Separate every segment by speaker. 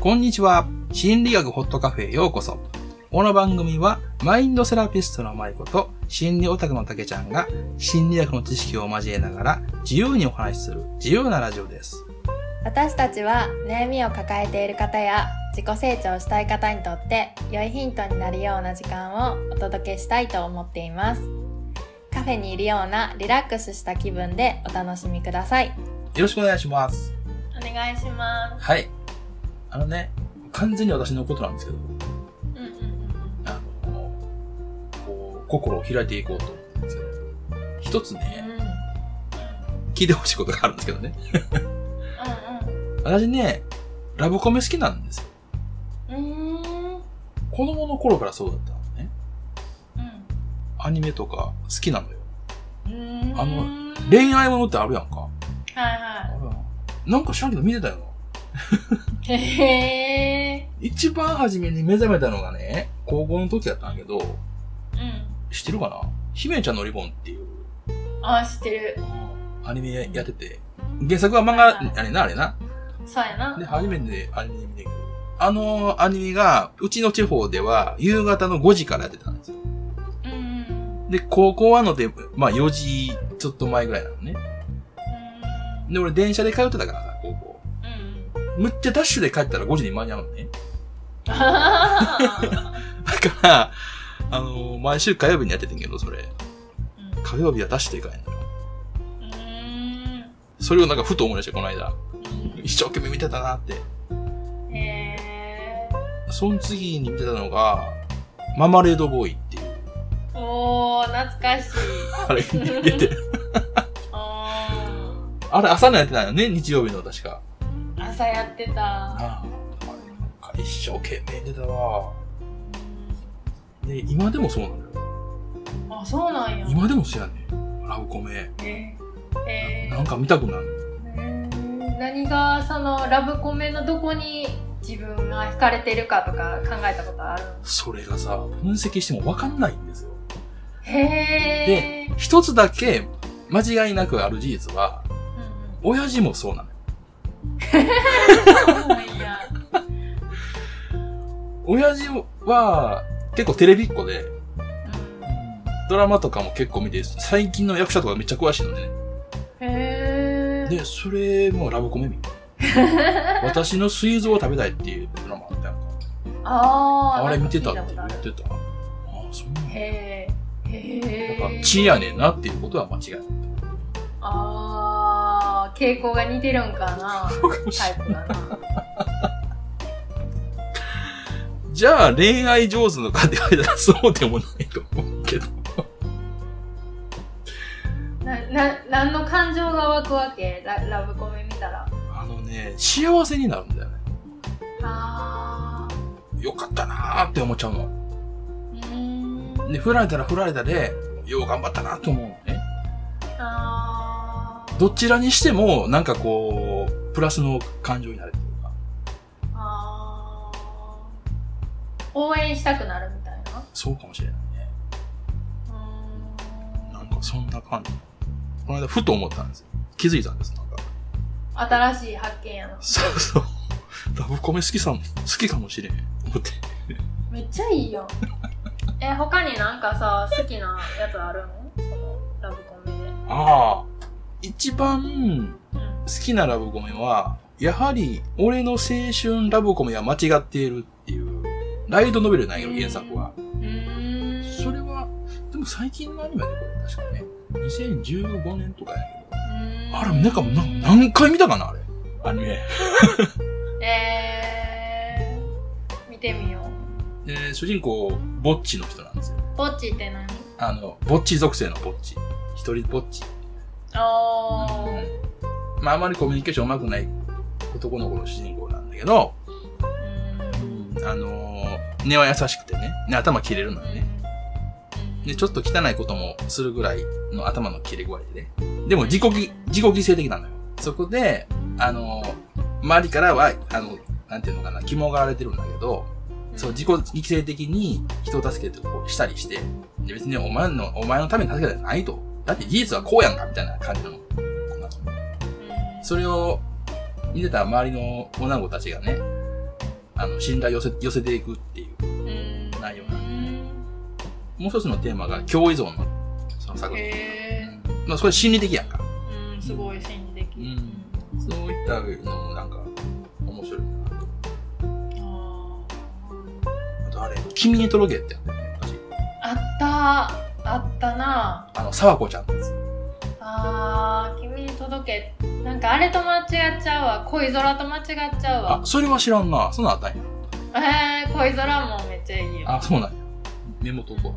Speaker 1: こんにちは。心理学ホットカフェへようこそ。この番組は、マインドセラピストの舞子と、心理オタクの竹ちゃんが、心理学の知識を交えながら、自由にお話しする、自由なラジオです。
Speaker 2: 私たちは悩みを抱えている方や自己成長したい方にとって良いヒントになるような時間をお届けしたいと思っていますカフェにいるようなリラックスした気分でお楽しみください
Speaker 1: よろしくお願いします。
Speaker 2: お願いします
Speaker 1: はい。あのね、完全に私のことなんですけど、
Speaker 2: うんうんうん
Speaker 1: あの、こう、心を開いていこうと思うんですけど、一つね、聞いてほしいことがあるんですけどね。私ね、ラブコメ好きなんですよ。
Speaker 2: うんうんうんうん
Speaker 1: 子供の頃からそうだったのね。アニメとか好きなのよ。
Speaker 2: うん
Speaker 1: あの恋愛ものってあるやんか。
Speaker 2: は
Speaker 1: なんか知らんけど見てたよな。
Speaker 2: いはいへえ
Speaker 1: 一番初めに目覚めたのがね、高校の時だったんだけど、
Speaker 2: うん
Speaker 1: 知ってるかな姫ちゃんのリボンっていう
Speaker 2: あ知ってる
Speaker 1: アニメやってて、原作は漫画、
Speaker 2: はいはい
Speaker 1: あれな、あれな。
Speaker 2: そうやな
Speaker 1: で、初めてアニメ見てる。あのアニメが、うちの地方では夕方の5時からやってたんですよ。
Speaker 2: うんうんうん
Speaker 1: で、高校はので、まあ4時ちょっと前ぐらいなのね。で、俺電車で通ってたからさ、高校。
Speaker 2: うんうん
Speaker 1: むっちゃダッシュで帰ったら5時に間に合うのね。
Speaker 2: あ
Speaker 1: だから、あの毎週火曜日にやっててんけど、それ。
Speaker 2: ー
Speaker 1: 火曜日はダッシュで帰んのよ。
Speaker 2: うーん
Speaker 1: それをなんかふと思い出して、この間。一生懸命見てたなって。
Speaker 2: へ
Speaker 1: その次に見てたのが、ママレードボーイっていう。
Speaker 2: ーおー懐かしい
Speaker 1: あれ、見てて。
Speaker 2: あ
Speaker 1: あれ、朝のやってたよね、日曜日の確か。
Speaker 2: ー朝やってた
Speaker 1: ああ。あれなんか一生懸命見てたわ。で、今でもそうなのよ。
Speaker 2: あそうなんや
Speaker 1: 今でもそうやね。ラブコメ。
Speaker 2: へーへー
Speaker 1: なんか見たくなる。
Speaker 2: うーん何がそのラブコメのどこに自分が惹かれてるかとか考えたことある
Speaker 1: それがさ、分析してもわかんないんですよ。
Speaker 2: へえ
Speaker 1: 一つだけ間違いなくある事実は、
Speaker 2: うんうん
Speaker 1: 親父もそうなのよ。
Speaker 2: そうなんや
Speaker 1: 親父は結構テレビっ子で、ドラマとかも結構見て、最近の役者とかめっちゃ詳しいのでね。
Speaker 2: うんへえ
Speaker 1: で、それもラブコメ見た 私の膵臓を食べたいっていうドラマあったやんか。
Speaker 2: あー
Speaker 1: あれ見てたっ
Speaker 2: な
Speaker 1: て
Speaker 2: んか聞
Speaker 1: 言
Speaker 2: い
Speaker 1: っ
Speaker 2: ことある
Speaker 1: てた。ああ、そうなんや
Speaker 2: へえへ
Speaker 1: だか
Speaker 2: え
Speaker 1: ら血やねんなっていうことは間違いない。
Speaker 2: あー傾向が似てるんかなタイプだな
Speaker 1: じゃあ恋愛上手のかって言われたらそうでもないと思うけど。
Speaker 2: なな何の感情が湧くわけララブコメ見たら
Speaker 1: あのね、幸せになるんだよね。
Speaker 2: あ
Speaker 1: よかったなーって思っちゃうの。
Speaker 2: ーうーん
Speaker 1: で、振られたら振られたで、よう頑張ったなと思うのね。
Speaker 2: あー
Speaker 1: どちらにしても、なんかこう、プラスの感情になるというか、
Speaker 2: あー応援したくなるみたいな
Speaker 1: そうかもしれないね。
Speaker 2: うーん
Speaker 1: なんかそんな感じ。この間、ふと思ったんですよ。気づいたんです、なんか。
Speaker 2: 新しい発見やな
Speaker 1: そうそう。ラブコメ好きさん、好きかもしれん。思って。
Speaker 2: めっちゃい いやんえ他になんかさ好きなやつあるのそのラブコメで
Speaker 1: ああ。一番
Speaker 2: うん
Speaker 1: 好きなラブコメは、やはり、俺の青春ラブコメは間違っているっていう、ライトノベルなんやけど、原作は。
Speaker 2: うーん
Speaker 1: それは、でも最近のアニメでこれ、確かね。2015年とかやけど。あれ、なんか、な何回見たかな、あれ。アニメ。
Speaker 2: えー、見てみよ
Speaker 1: で、主人公、ぼっちの人なんですよ。
Speaker 2: う。ポッチって何
Speaker 1: あの、ぼっち属性のぼっち。一人ぼっち。
Speaker 2: あー。
Speaker 1: まあ、あまりコミュニケーションうまくない男の子の主人公なんだけど、
Speaker 2: うん。
Speaker 1: あのー根は優しくてね。ね頭切れるのよね。で、ちょっと汚いこともするぐらいの頭の切れ具合でね。でも自己ぎ、自己犠牲的なのよ。そこで、あのー周りからは、あの、なんていうのかな、肝がられてるんだけど、そう、自己犠牲的に人を助けてこうしたりして、で別にお前の、お前のために助けたんじゃないと。だって事実はこうやんか、みたいな感じなの。
Speaker 2: うん
Speaker 1: それを見てた周りの女の子たちがね、あの、信頼を寄せ寄せていくっていう
Speaker 2: うん
Speaker 1: 内容なんでもう一つのテーマが、共依存の、その作品。
Speaker 2: へえ
Speaker 1: まあ、それ心理的やんか。
Speaker 2: うんすごい心理的
Speaker 1: うんそういったのもなんか、面白いなと。
Speaker 2: あ
Speaker 1: あとあれ、君にとろげってやったよね、昔。
Speaker 2: ーあったあったな
Speaker 1: あの、沢子ちゃんのやつ。
Speaker 2: あー君に届けなんかあれと間違っちゃうわ恋空と間違っちゃう
Speaker 1: あ
Speaker 2: わ、
Speaker 1: それは知らんな。そんなんあったんや。
Speaker 2: えー、恋空もめっちゃいいよ
Speaker 1: あ、そうなんや。メモとこ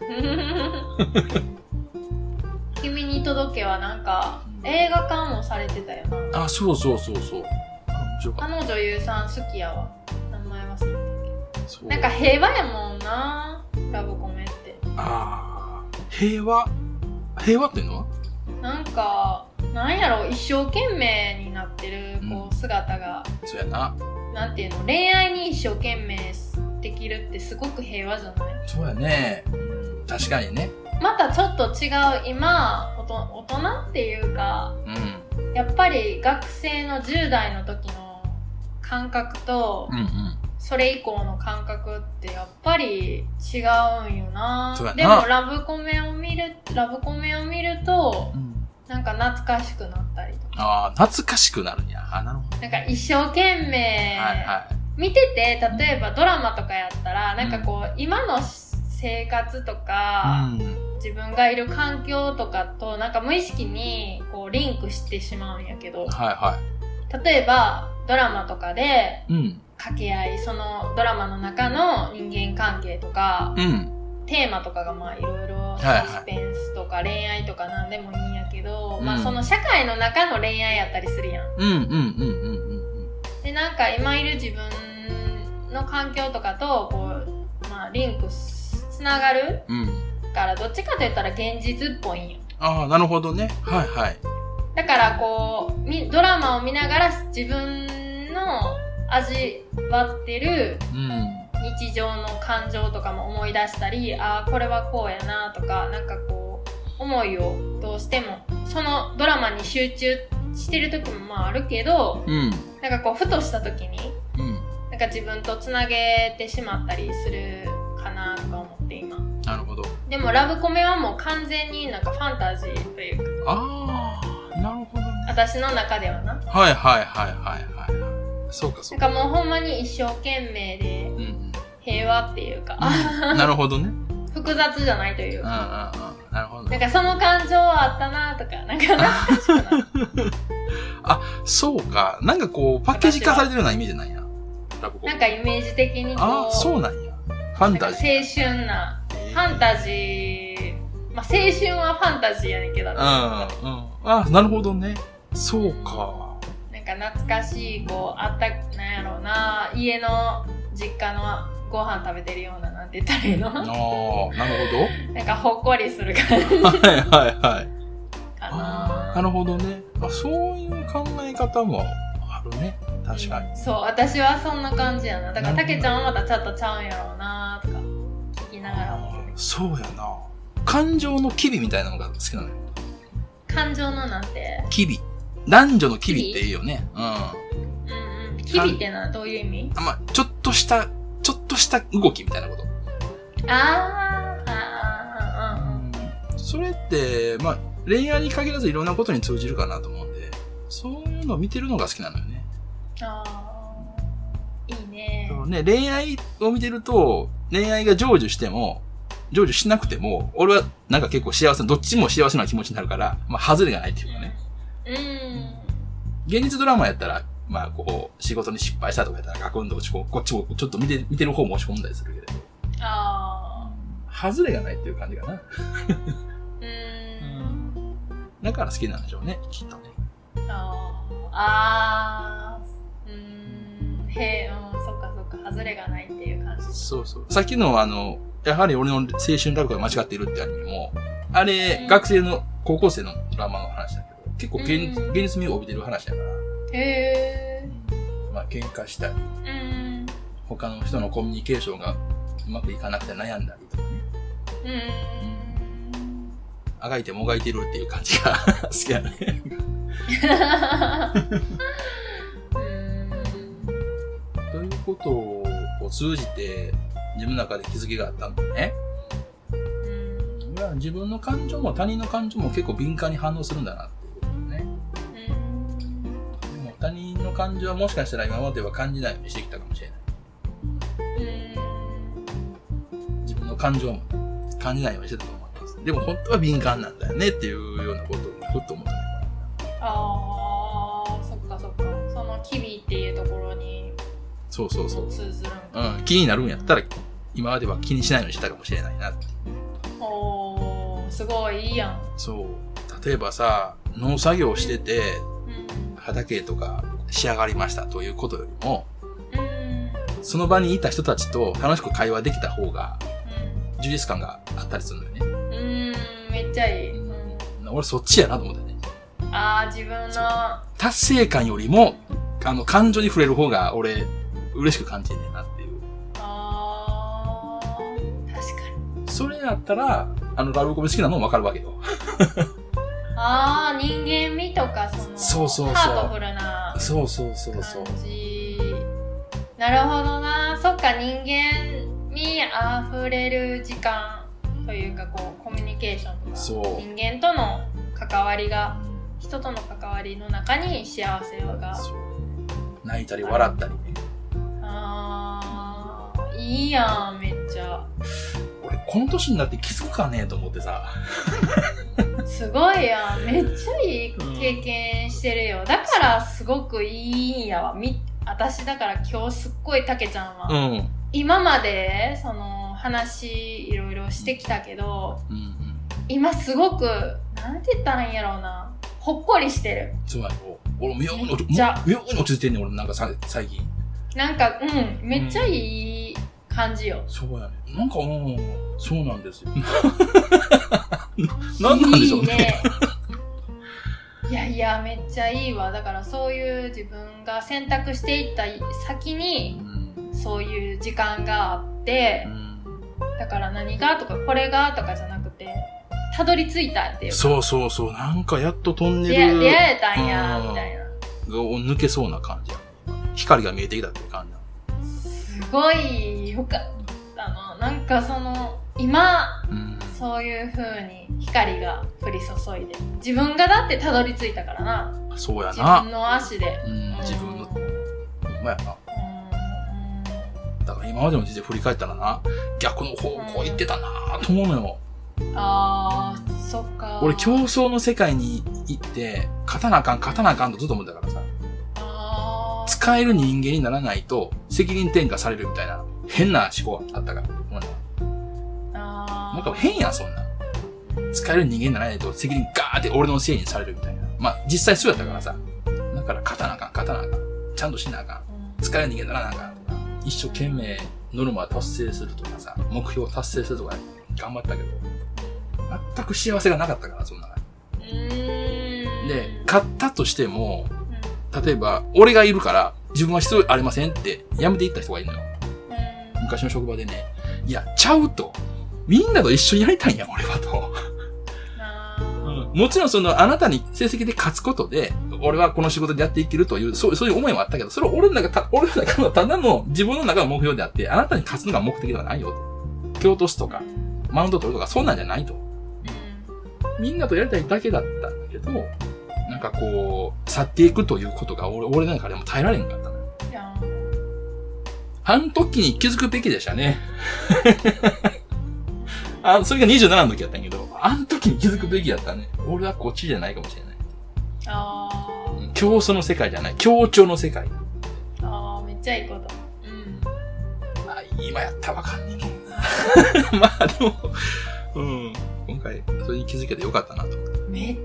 Speaker 1: う
Speaker 2: 君に届けはなんか
Speaker 1: うん
Speaker 2: 映画化もされてたよな
Speaker 1: あ、そうそうそうそう。あ面白か
Speaker 2: あ
Speaker 1: っ
Speaker 2: の女優さん好きやわ名前忘れ
Speaker 1: た。そう
Speaker 2: たなんか平和やもんなラブコメって
Speaker 1: ああ、平和。平和っていうのは
Speaker 2: なんかなんやろ一生懸命になってるこう姿が、
Speaker 1: そうやな。
Speaker 2: なんていうの恋愛に一生懸命できるってすごく平和じゃない
Speaker 1: そうやね。うん確かにね。
Speaker 2: またちょっと違う今おと大人っていうか
Speaker 1: うん。
Speaker 2: やっぱり学生の10代の時の感覚と
Speaker 1: うんうん。
Speaker 2: それ以降の感覚ってやっぱり違うんよな
Speaker 1: そうやな
Speaker 2: でもラブコメを見るラブコメを見ると
Speaker 1: うん、
Speaker 2: なんか懐かしくなったりとか
Speaker 1: ああ、懐かしくなるんや。あなるほど。
Speaker 2: なんか一生懸命
Speaker 1: はいはい。
Speaker 2: 見てて例えばドラマとかやったらなんかこう今の生活とか、
Speaker 1: うん。
Speaker 2: 自分がいる環境とかとなんか無意識にこうリンクしてしまうんやけど
Speaker 1: はいは
Speaker 2: 例えばドラマとかで
Speaker 1: い。うん。
Speaker 2: 掛け合いそのドラマの中の人間関係とか
Speaker 1: うん。
Speaker 2: テーマとかがまあいろいろ
Speaker 1: いはい
Speaker 2: サスペンスとか恋愛とか何でもいいんやけど、
Speaker 1: うん
Speaker 2: まあその社会の中の恋愛やったりするやん。
Speaker 1: うんうんうんうんうん
Speaker 2: でなんか今いる自分の環境とかとこう、まあ、リンクしつながる
Speaker 1: うん。うん。
Speaker 2: からどっちかと言ったら現実っぽいんよ。
Speaker 1: ああ、なるほどね。はいはい。
Speaker 2: だからこうみドラマを見ながら自分の味わってる
Speaker 1: うん。
Speaker 2: 日常の感情とかも思い出したりああこれはこうやなとかなんかこう思いをどうしてもそのドラマに集中してる時もまああるけど
Speaker 1: うん。
Speaker 2: なんかこうふとした時に
Speaker 1: うん。
Speaker 2: なんか自分とつなげてしまったりするかなとか思って今
Speaker 1: なるほど。
Speaker 2: でもラブコメはもう完全になんかファンタジーというか
Speaker 1: ああ、なるほどね。
Speaker 2: 私の中ではな
Speaker 1: はいはいはいはいはいはい。そうかそ
Speaker 2: な
Speaker 1: うんか。
Speaker 2: かもうほんまに一生懸命で
Speaker 1: うんうん。
Speaker 2: 平和っていうか、
Speaker 1: なるほ どね。
Speaker 2: 複雑じゃないという
Speaker 1: うんうんうん。
Speaker 2: か、
Speaker 1: なるほど
Speaker 2: なん。かその感情はあったなとか、なんか懐かしくなる。
Speaker 1: そうか。なんかこう、パッケージ化されてるようなイメージなんや。ラ ブコ
Speaker 2: なんかイメージ的にこう、
Speaker 1: ああ、そうなんや。ファン
Speaker 2: なんか
Speaker 1: タ
Speaker 2: 青
Speaker 1: ジー。
Speaker 2: 春な、ファンタジー、まあ青春はファンタジーやねんけど、
Speaker 1: うんうん。ああ、なるほどね。そうか。
Speaker 2: なんか懐かしい、こう、あった、なんやろうな、家の実家のご飯食べてるような、なんて言ったらいいの
Speaker 1: ああ、
Speaker 2: な
Speaker 1: なるほど。
Speaker 2: んかほっこりする感
Speaker 1: は
Speaker 2: じ
Speaker 1: いはいはい。
Speaker 2: か
Speaker 1: あ
Speaker 2: な
Speaker 1: あ、。なるほどね。あそういう考え方もあるね。確かに。
Speaker 2: そう私はそんな感じやなだから
Speaker 1: なるほ
Speaker 2: た
Speaker 1: ど
Speaker 2: けちゃんはまたちょっとちゃうんやろうなとか聞きながら思う
Speaker 1: そうやな。感情の機微みたいなのが好きなのよ。
Speaker 2: 感情のなんて
Speaker 1: 機微。男女の機微っていいよね。うん。あ
Speaker 2: うんうん日々ってのはどういう意味
Speaker 1: まあ、ちょっとした、ちょっとした動きみたいなこと。
Speaker 2: あーあーうんうん
Speaker 1: それって、まあ、恋愛に限らずいろんなことに通じるかなと思うんで、そういうのを見てるのが好きなのよね。
Speaker 2: あーいいね
Speaker 1: でもね、恋愛を見てると、恋愛が成就しても、成就しなくても、俺はなんか結構幸せな、どっちも幸せな気持ちになるから、まあ、外れがないっていうかね。
Speaker 2: うん
Speaker 1: 現実ドラマやったら、まあ、こう、仕事に失敗したとかやったら、ガクンと落ち込む。こっちも、ちょっと見て、見てる方も落ち込んだりするけれど、
Speaker 2: あ
Speaker 1: 外れがないっていう感じかな。
Speaker 2: ーうん
Speaker 1: だから好きなんでしょうね、きっとね。
Speaker 2: あーあーうんへえうんそっかそっか外れがないっていう感じ
Speaker 1: そうそう。さっきのあの、やはり俺の青春ラブが間違っているってアニメも、あれ、
Speaker 2: うん
Speaker 1: 学生の、高校生のドラマの話だけど、結構現,、
Speaker 2: うん
Speaker 1: 現実味を帯びてる話だから、
Speaker 2: へえ
Speaker 1: まあ喧嘩したり、
Speaker 2: うん
Speaker 1: 他の人のコミュニケーションがうまくいかなくて悩んだりとかね、
Speaker 2: うん
Speaker 1: あがいてもがいてるっていう感じが 好きだね。
Speaker 2: うーん
Speaker 1: ということを通じて、自分の中で気づきがあったんだね。
Speaker 2: うん
Speaker 1: 俺は自分の感情も他人の感情も結構敏感に反応するんだなっていうことね。でも他人の感情はもしかしたら今までは感じないようにしてきたかもしれない。自分の感情も感じないようにしてたと思います。でも本当は敏感なんだよねっていうようなことをふっと思ったね。
Speaker 2: あーそっかそっかその機微っていうところに
Speaker 1: そうそうそう
Speaker 2: も。通ずるんか
Speaker 1: うん、気になるんやったら今までは気にしないようにしてたかもしれないなって。
Speaker 2: おーすごいいいやん、
Speaker 1: そう。例えばさ、農作業してて
Speaker 2: うん
Speaker 1: 畑とか仕上がりましたということよりも、
Speaker 2: うん
Speaker 1: その場にいた人たちと楽しく会話できた方が充実感があったりするのよね。
Speaker 2: うんうんめっちゃいい、うん
Speaker 1: 俺そっちやなと思ってね。
Speaker 2: あー自分の
Speaker 1: 達成感よりも、あの、感情に触れる方が俺、嬉しく感じるねんなっていう。
Speaker 2: あー確かに
Speaker 1: それやったら、あの、ラブコメ好きなのもわかるわけよ。
Speaker 2: ああ人間味とかその
Speaker 1: そうそうそう
Speaker 2: ハートフルな
Speaker 1: そうそうそうそう。
Speaker 2: 感じなるほどなそっか人間にあふれる時間というかこうコミュニケーションとか
Speaker 1: そう
Speaker 2: 人間との関わりが人との関わりの中に幸せが
Speaker 1: そう泣いたり笑ったりね。
Speaker 2: あーいいやんめっちゃ
Speaker 1: 俺、この年になって気づくかねと思ってさ。
Speaker 2: すごいやんめっちゃいい経験してるよだからすごくいいんやわみ私だから今日すっごいたけちゃんは、
Speaker 1: うん。うん
Speaker 2: 今までその話いろいろしてきたけど
Speaker 1: うん。
Speaker 2: 今すごくなんて言ったらいいんやろうなほっこりしてる
Speaker 1: そうやろ。俺、妙に落ち、
Speaker 2: じゃ
Speaker 1: 妙に落ち着いてんねん、俺なんかさ、最近。
Speaker 2: なんかうんめっちゃいい感じよ、
Speaker 1: そうやね。なんか、うん、そうなん ですよ。なんなんでしょう
Speaker 2: いい
Speaker 1: ね。
Speaker 2: ねいやいやめっちゃいいわだからそういう自分が選択していった先
Speaker 1: う
Speaker 2: に
Speaker 1: ん
Speaker 2: そういう時間があって
Speaker 1: うん
Speaker 2: だから何がとかこれがとかじゃなくてたどり着いたっていうか
Speaker 1: そうそうそう。なんかやっとトンネ
Speaker 2: 出会
Speaker 1: ル
Speaker 2: 出
Speaker 1: が
Speaker 2: 会えたんやみたいな
Speaker 1: 抜けそうな感じやね。光が見えてきたっていう感じやね
Speaker 2: すごいよかったななんかその今
Speaker 1: うん。
Speaker 2: そういう風に光が降り注いで自分がだってたどり着いたからな
Speaker 1: そうや
Speaker 2: 自
Speaker 1: な
Speaker 2: 分。の足で
Speaker 1: うん、自分の、
Speaker 2: う
Speaker 1: ほ
Speaker 2: ん
Speaker 1: んまやな。だから今までの人生振り返ったらな、逆の方向行ってたなぁと思うのよ。
Speaker 2: あーそっか
Speaker 1: 俺競争の世界に行って、勝たなあかん、勝たなあかんとずっと思ってたからさ、
Speaker 2: あー
Speaker 1: 使える人間にならないと責任転嫁されるみたいな変な思考あったから。俺は
Speaker 2: あー
Speaker 1: なんか変やん、そんなん。使える人間にならないと責任ガーって俺のせいにされるみたいな。まあ実際そうやったからさ。だから勝たなあかん、勝たなあかん。ちゃんとしなあかん。使える人間にならなあかんとか。一生懸命ノルマ達成するとかさ、目標達成するとか頑張ったけど、全く幸せがなかったから、そんな中
Speaker 2: うんうーん
Speaker 1: で、勝ったとしても、
Speaker 2: うんうん
Speaker 1: 例えば、俺がいるから、自分は必要ありませんって、辞めていった人がいるのよ。昔の職場でね。いや、ちゃうと。みんなと一緒にやりたいんや、俺はと。
Speaker 2: あー
Speaker 1: もちろん、その、あなたに成績で勝つことで、俺はこの仕事でやっていけるという、そうそういう思いもあったけど、それは俺の中、た俺の中のただの自分の中の目標であって、あなたに勝つのが目的ではないよと。蹴落とすとか、マウント取るとか、そんなんじゃないと。みんなとやりたいだけだったんだけど、なんかこう、去っていくということが俺、俺の中でも耐えられんかったのよ。
Speaker 2: うんいやー
Speaker 1: あの時に気づくべきでしたね。 あそれが27の時やったんやけど、あの時に気づくべきやったね。俺はこっちじゃないかもしれない。
Speaker 2: あー
Speaker 1: うん競争の世界じゃない。協調の世界。
Speaker 2: あーめっちゃいいことうん
Speaker 1: まあ、今やったらわかんねえけどな。 まあ、でも、うん。今回、それに気づけてよかったなと思って。
Speaker 2: めっ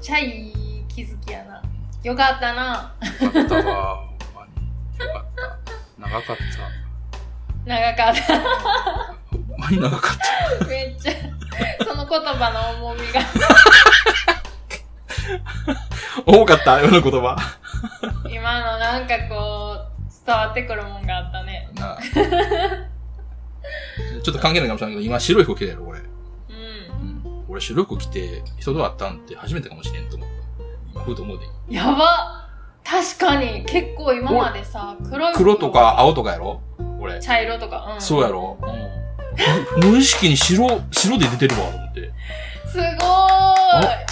Speaker 2: ちゃいい気づきやな。よかったな。
Speaker 1: よかったわ。ほんまによかった。長かった。
Speaker 2: 長かっ
Speaker 1: ほんまに長かった。
Speaker 2: た。めっちゃ、その言葉の重みが
Speaker 1: 多かった、世の言葉。
Speaker 2: 今のなんかこう、伝わってくるもんがあったね。
Speaker 1: なあちょっと関係ないかもしれないけど、今白い服着てるやろ、俺。
Speaker 2: うん。
Speaker 1: うん。俺白い服着て、人と会ったんって初めてかもしれんと思った。今、ふと思うで。
Speaker 2: やば確かに、結構今までさ、黒い服
Speaker 1: 黒とか青とかやろ俺。
Speaker 2: 茶色とか、うん。
Speaker 1: そうやろうん。無無意識に白、白で出てるわ、と思って。
Speaker 2: すごー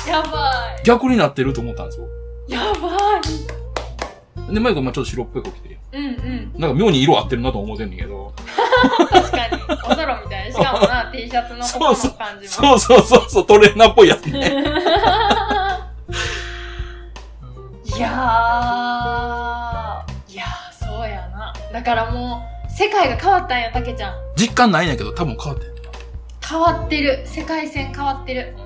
Speaker 2: いやば
Speaker 1: 逆になってると思ったんですよ。
Speaker 2: いやば
Speaker 1: で、マイクまあちょっと白っぽい子着てるや
Speaker 2: いうんうん。
Speaker 1: ん。なんか妙に色合ってるなと思ってんねんけど。
Speaker 2: 確かに、おそろみたい。し かもな、T シャツのここの感じも。
Speaker 1: そうそうそうそう、トレーナーっぽいやつね。
Speaker 2: いやー、いやー、そうやな。だからもう、世界が変わったんや、たけちゃん。
Speaker 1: 実感ないんやけど、多分変わってんねん
Speaker 2: 変わってる。世界線変わってる。うん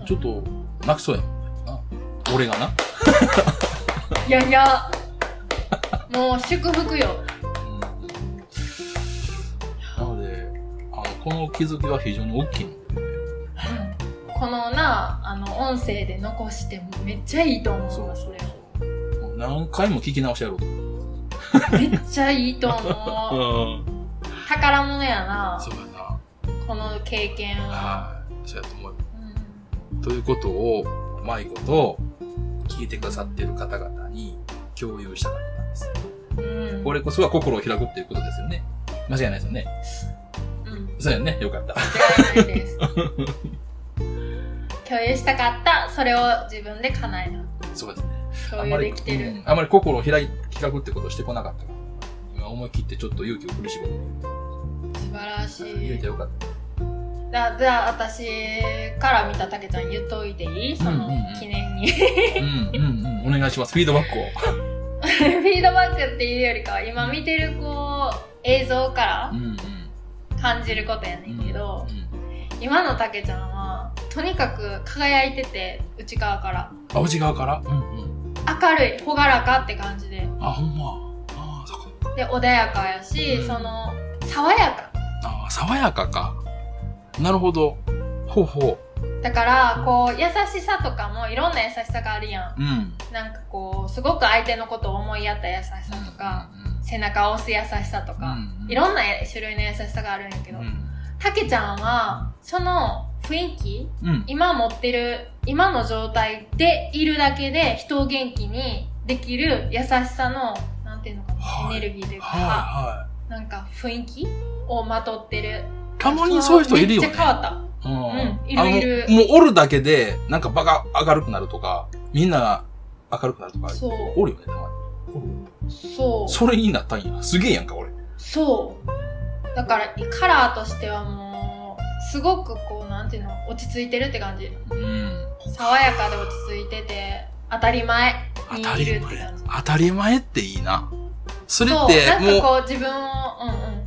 Speaker 1: なちょっと、泣きそうやんな。俺がな。
Speaker 2: いやいや、もう祝福よ。
Speaker 1: なので、あの、この気づきは非常に大きいの。
Speaker 2: このな、あの、音声で残してもめっちゃいいと思うわ、それを。
Speaker 1: そう。もう何回も聞き直してやろうと思
Speaker 2: めっちゃいいと思う。
Speaker 1: う。うん。
Speaker 2: 宝物やな
Speaker 1: そ、うやな。
Speaker 2: この経験は。
Speaker 1: はい。そうやと思う。
Speaker 2: うん
Speaker 1: ということを、マイコと、聞いてくださっている方々に共有したかったんです。
Speaker 2: うん
Speaker 1: これこそが心を開くっていうことですよね。間違いないですよね。
Speaker 2: うん
Speaker 1: そうやね。よかった。
Speaker 2: 間違いないです。共有したかった、それを自分で叶え
Speaker 1: そうですね。
Speaker 2: た。
Speaker 1: あ
Speaker 2: 共
Speaker 1: ん
Speaker 2: 有
Speaker 1: まり、
Speaker 2: できてる。
Speaker 1: うんあんまり心を開い開くってことをしてこなかったから。今思い切ってちょっと勇気を振り絞って
Speaker 2: 素晴らし
Speaker 1: 言え
Speaker 2: い
Speaker 1: て。よかった。
Speaker 2: だじゃあ、私から見たたけちゃん言っといていいその
Speaker 1: うんうんうん
Speaker 2: 記念に。
Speaker 1: うんうんうん、お願いします。フィードバックを。
Speaker 2: フィードバックっていうよりかは今見てるこう映像から
Speaker 1: うんうん。
Speaker 2: 感じることやねんけど、
Speaker 1: うん
Speaker 2: 今のたけちゃんはとにかく輝いてて内側から
Speaker 1: あ、内側からうんうん。
Speaker 2: 明るい朗らかって感じで
Speaker 1: あ、ほんま。ああ、そっか。
Speaker 2: で穏やかやし、
Speaker 1: うん
Speaker 2: その爽やか
Speaker 1: ああ、爽やかか。なるほど。ほうほ
Speaker 2: だからこう優しさとかもいろんな優しさがあるやん
Speaker 1: う。うん。
Speaker 2: なんかこうすごく相手のことを思いやった優しさとか、背中を押す優しさと
Speaker 1: うん
Speaker 2: か、
Speaker 1: うん、
Speaker 2: いろんな種類の優しさがあるんやけど、
Speaker 1: うん
Speaker 2: たけちゃんはその雰囲気
Speaker 1: うん。
Speaker 2: 今持ってる今の状態でいるだけで人を元気にできる優しさのなんていうのかな、
Speaker 1: はい
Speaker 2: エネルギーというか、
Speaker 1: は
Speaker 2: なんか雰囲気をまとってる
Speaker 1: いはい。たまにそういう人いるよね。
Speaker 2: めっちゃ変わっ
Speaker 1: う
Speaker 2: うんいるいる
Speaker 1: あのもうおるだけで、なんか場が明るくなるとか、みんな明るくなるとか
Speaker 2: た、そう
Speaker 1: おるよね、たまにおる。
Speaker 2: そう
Speaker 1: それになったんや。すげえやんか、俺。
Speaker 2: そうだからカラーとしてはもうすごくこうなんていうの落ち着いてるって感じ
Speaker 1: うん。
Speaker 2: 爽やかで落ち着いてて当たり前
Speaker 1: 当
Speaker 2: に
Speaker 1: た
Speaker 2: い
Speaker 1: り
Speaker 2: るって
Speaker 1: 前
Speaker 2: 感じ。
Speaker 1: 当たり前っていいな。それっ
Speaker 2: そうな
Speaker 1: て
Speaker 2: んか
Speaker 1: も
Speaker 2: こう自分をうんうん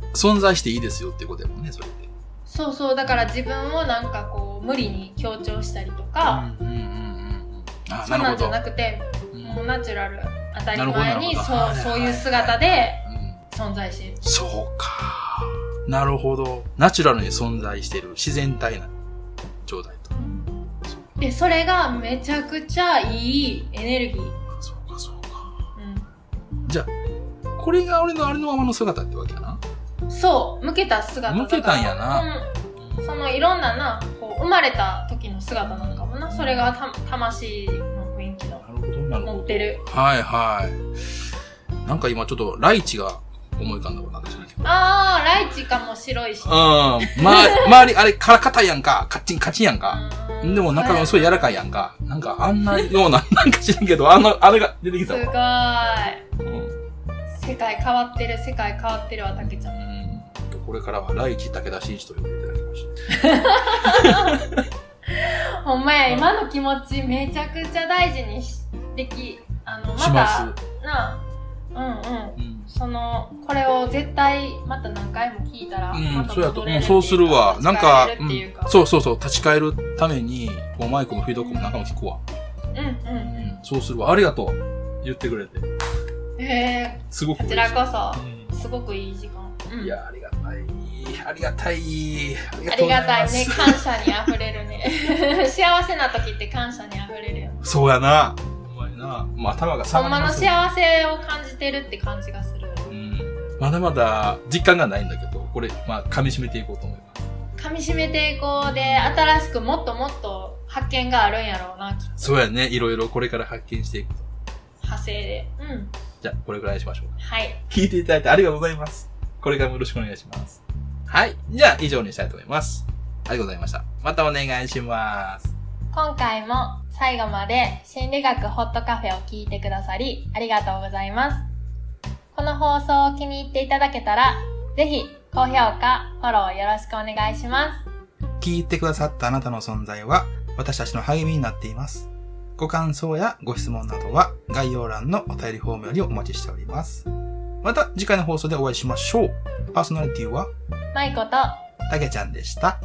Speaker 1: う存在していいですよっていうことやもんね、それって。
Speaker 2: そうそうだから自分をなんかこう無理に強調したりとか、
Speaker 1: うんうんうんうん。あ、な
Speaker 2: そ
Speaker 1: んる
Speaker 2: な
Speaker 1: ほ
Speaker 2: んじゃ
Speaker 1: ど。
Speaker 2: なくて
Speaker 1: うん
Speaker 2: もうナチュラル当た
Speaker 1: な
Speaker 2: り
Speaker 1: るほど
Speaker 2: 前
Speaker 1: な
Speaker 2: に
Speaker 1: るほ
Speaker 2: そ
Speaker 1: どは
Speaker 2: う
Speaker 1: いはい
Speaker 2: そ
Speaker 1: はいう
Speaker 2: いう姿で
Speaker 1: うん
Speaker 2: 存在している
Speaker 1: そうか。なるほど。ナチュラルに存在してる自然体な状態と。
Speaker 2: でそれがめちゃくちゃいいエネルギー、
Speaker 1: そうか、そうか。
Speaker 2: う
Speaker 1: これが俺のありのままの姿ってわけやな。
Speaker 2: ん、そう向けた姿だから
Speaker 1: 向けたんやな、
Speaker 2: うん、そのいろんななこう生まれた時の姿なんかもなそれがた魂の雰囲気の
Speaker 1: なるほど、なるほ
Speaker 2: 持
Speaker 1: ど
Speaker 2: っ。てる
Speaker 1: はいはい。なんか今ちょっとライチが思い浮かんだことなんか知らんけど。
Speaker 2: あーライチかも白いし、
Speaker 1: うん。ま、周り、あれ、からかたいやんか。カッチンカチンやんか。
Speaker 2: うん
Speaker 1: でも中がすごい
Speaker 2: や
Speaker 1: 柔らかいやんか。なんかあんなような、なんか知らんけど、あの、あれが出てき
Speaker 2: す
Speaker 1: た
Speaker 2: ごい
Speaker 1: わ。うん。
Speaker 2: 世界変わってる世界変わってるわたけちゃん
Speaker 1: これからは、ライチ武田真一と呼んでいただきまし
Speaker 2: ほんまや
Speaker 1: うん
Speaker 2: 今の気持ちめちゃくちゃ大事にしできあのま
Speaker 1: た。
Speaker 2: た
Speaker 1: しま
Speaker 2: なあうんうん
Speaker 1: す。うん。
Speaker 2: そのこれを絶対また何回も聞いたら、
Speaker 1: うん
Speaker 2: また
Speaker 1: そうやと、
Speaker 2: 戻
Speaker 1: う
Speaker 2: れ
Speaker 1: ん、
Speaker 2: るってい
Speaker 1: そうするわ。なんか、
Speaker 2: 立ち返れるっていうか
Speaker 1: うんそうそうそう、立ち返るために、こうマイクのフィードバックも中も聞くわ。
Speaker 2: うん
Speaker 1: う、
Speaker 2: うん
Speaker 1: そうするわ。ありがとう。言ってくれて。
Speaker 2: んへえ
Speaker 1: すごく
Speaker 2: こ
Speaker 1: 嬉し
Speaker 2: ち
Speaker 1: い。
Speaker 2: らこそすごくいい時間、う
Speaker 1: うん
Speaker 2: ん、
Speaker 1: いや、ありがたい。ありがたい。
Speaker 2: あ
Speaker 1: あ
Speaker 2: りがた
Speaker 1: とうござ
Speaker 2: いね
Speaker 1: ます
Speaker 2: 感謝にあふれるね 幸せな時って感謝にあふれるよね
Speaker 1: そうやな。お前な。まあ、頭が下
Speaker 2: ほ
Speaker 1: がり
Speaker 2: んまの
Speaker 1: ます
Speaker 2: 幸せを感じてるって感じがする
Speaker 1: うんまだまだ実感がないんだけど、これ、まあ、噛み締めていこうと思います。
Speaker 2: 噛み締めていこうで新しくもっともっと発見があるんやろうなきっ
Speaker 1: そうやね。いろいろこれから発見していくと。
Speaker 2: と
Speaker 3: 派生で。
Speaker 2: うん。
Speaker 4: じゃあ、これぐらいにしましょう。
Speaker 3: はい。
Speaker 4: 聞いていただいてありがとうございます。これからもよろしくお願いします。はい。じゃあ、以上にしたいと思います。ありがとうございました。またお願いします。
Speaker 2: 今回も最後まで心理学ホットカフェを聞いてくださりありがとうございます。この放送を気に入っていただけたら、ぜひ高評価、フォローよろしくお願いします。
Speaker 1: 聞いてくださったあなたの存在は私たちの励みになっています。ご感想やご質問などは概要欄のお便りフォームよりお待ちしております。また次回の放送でお会いしましょう。パーソナリティは
Speaker 2: マイコと
Speaker 1: たけちゃんでした。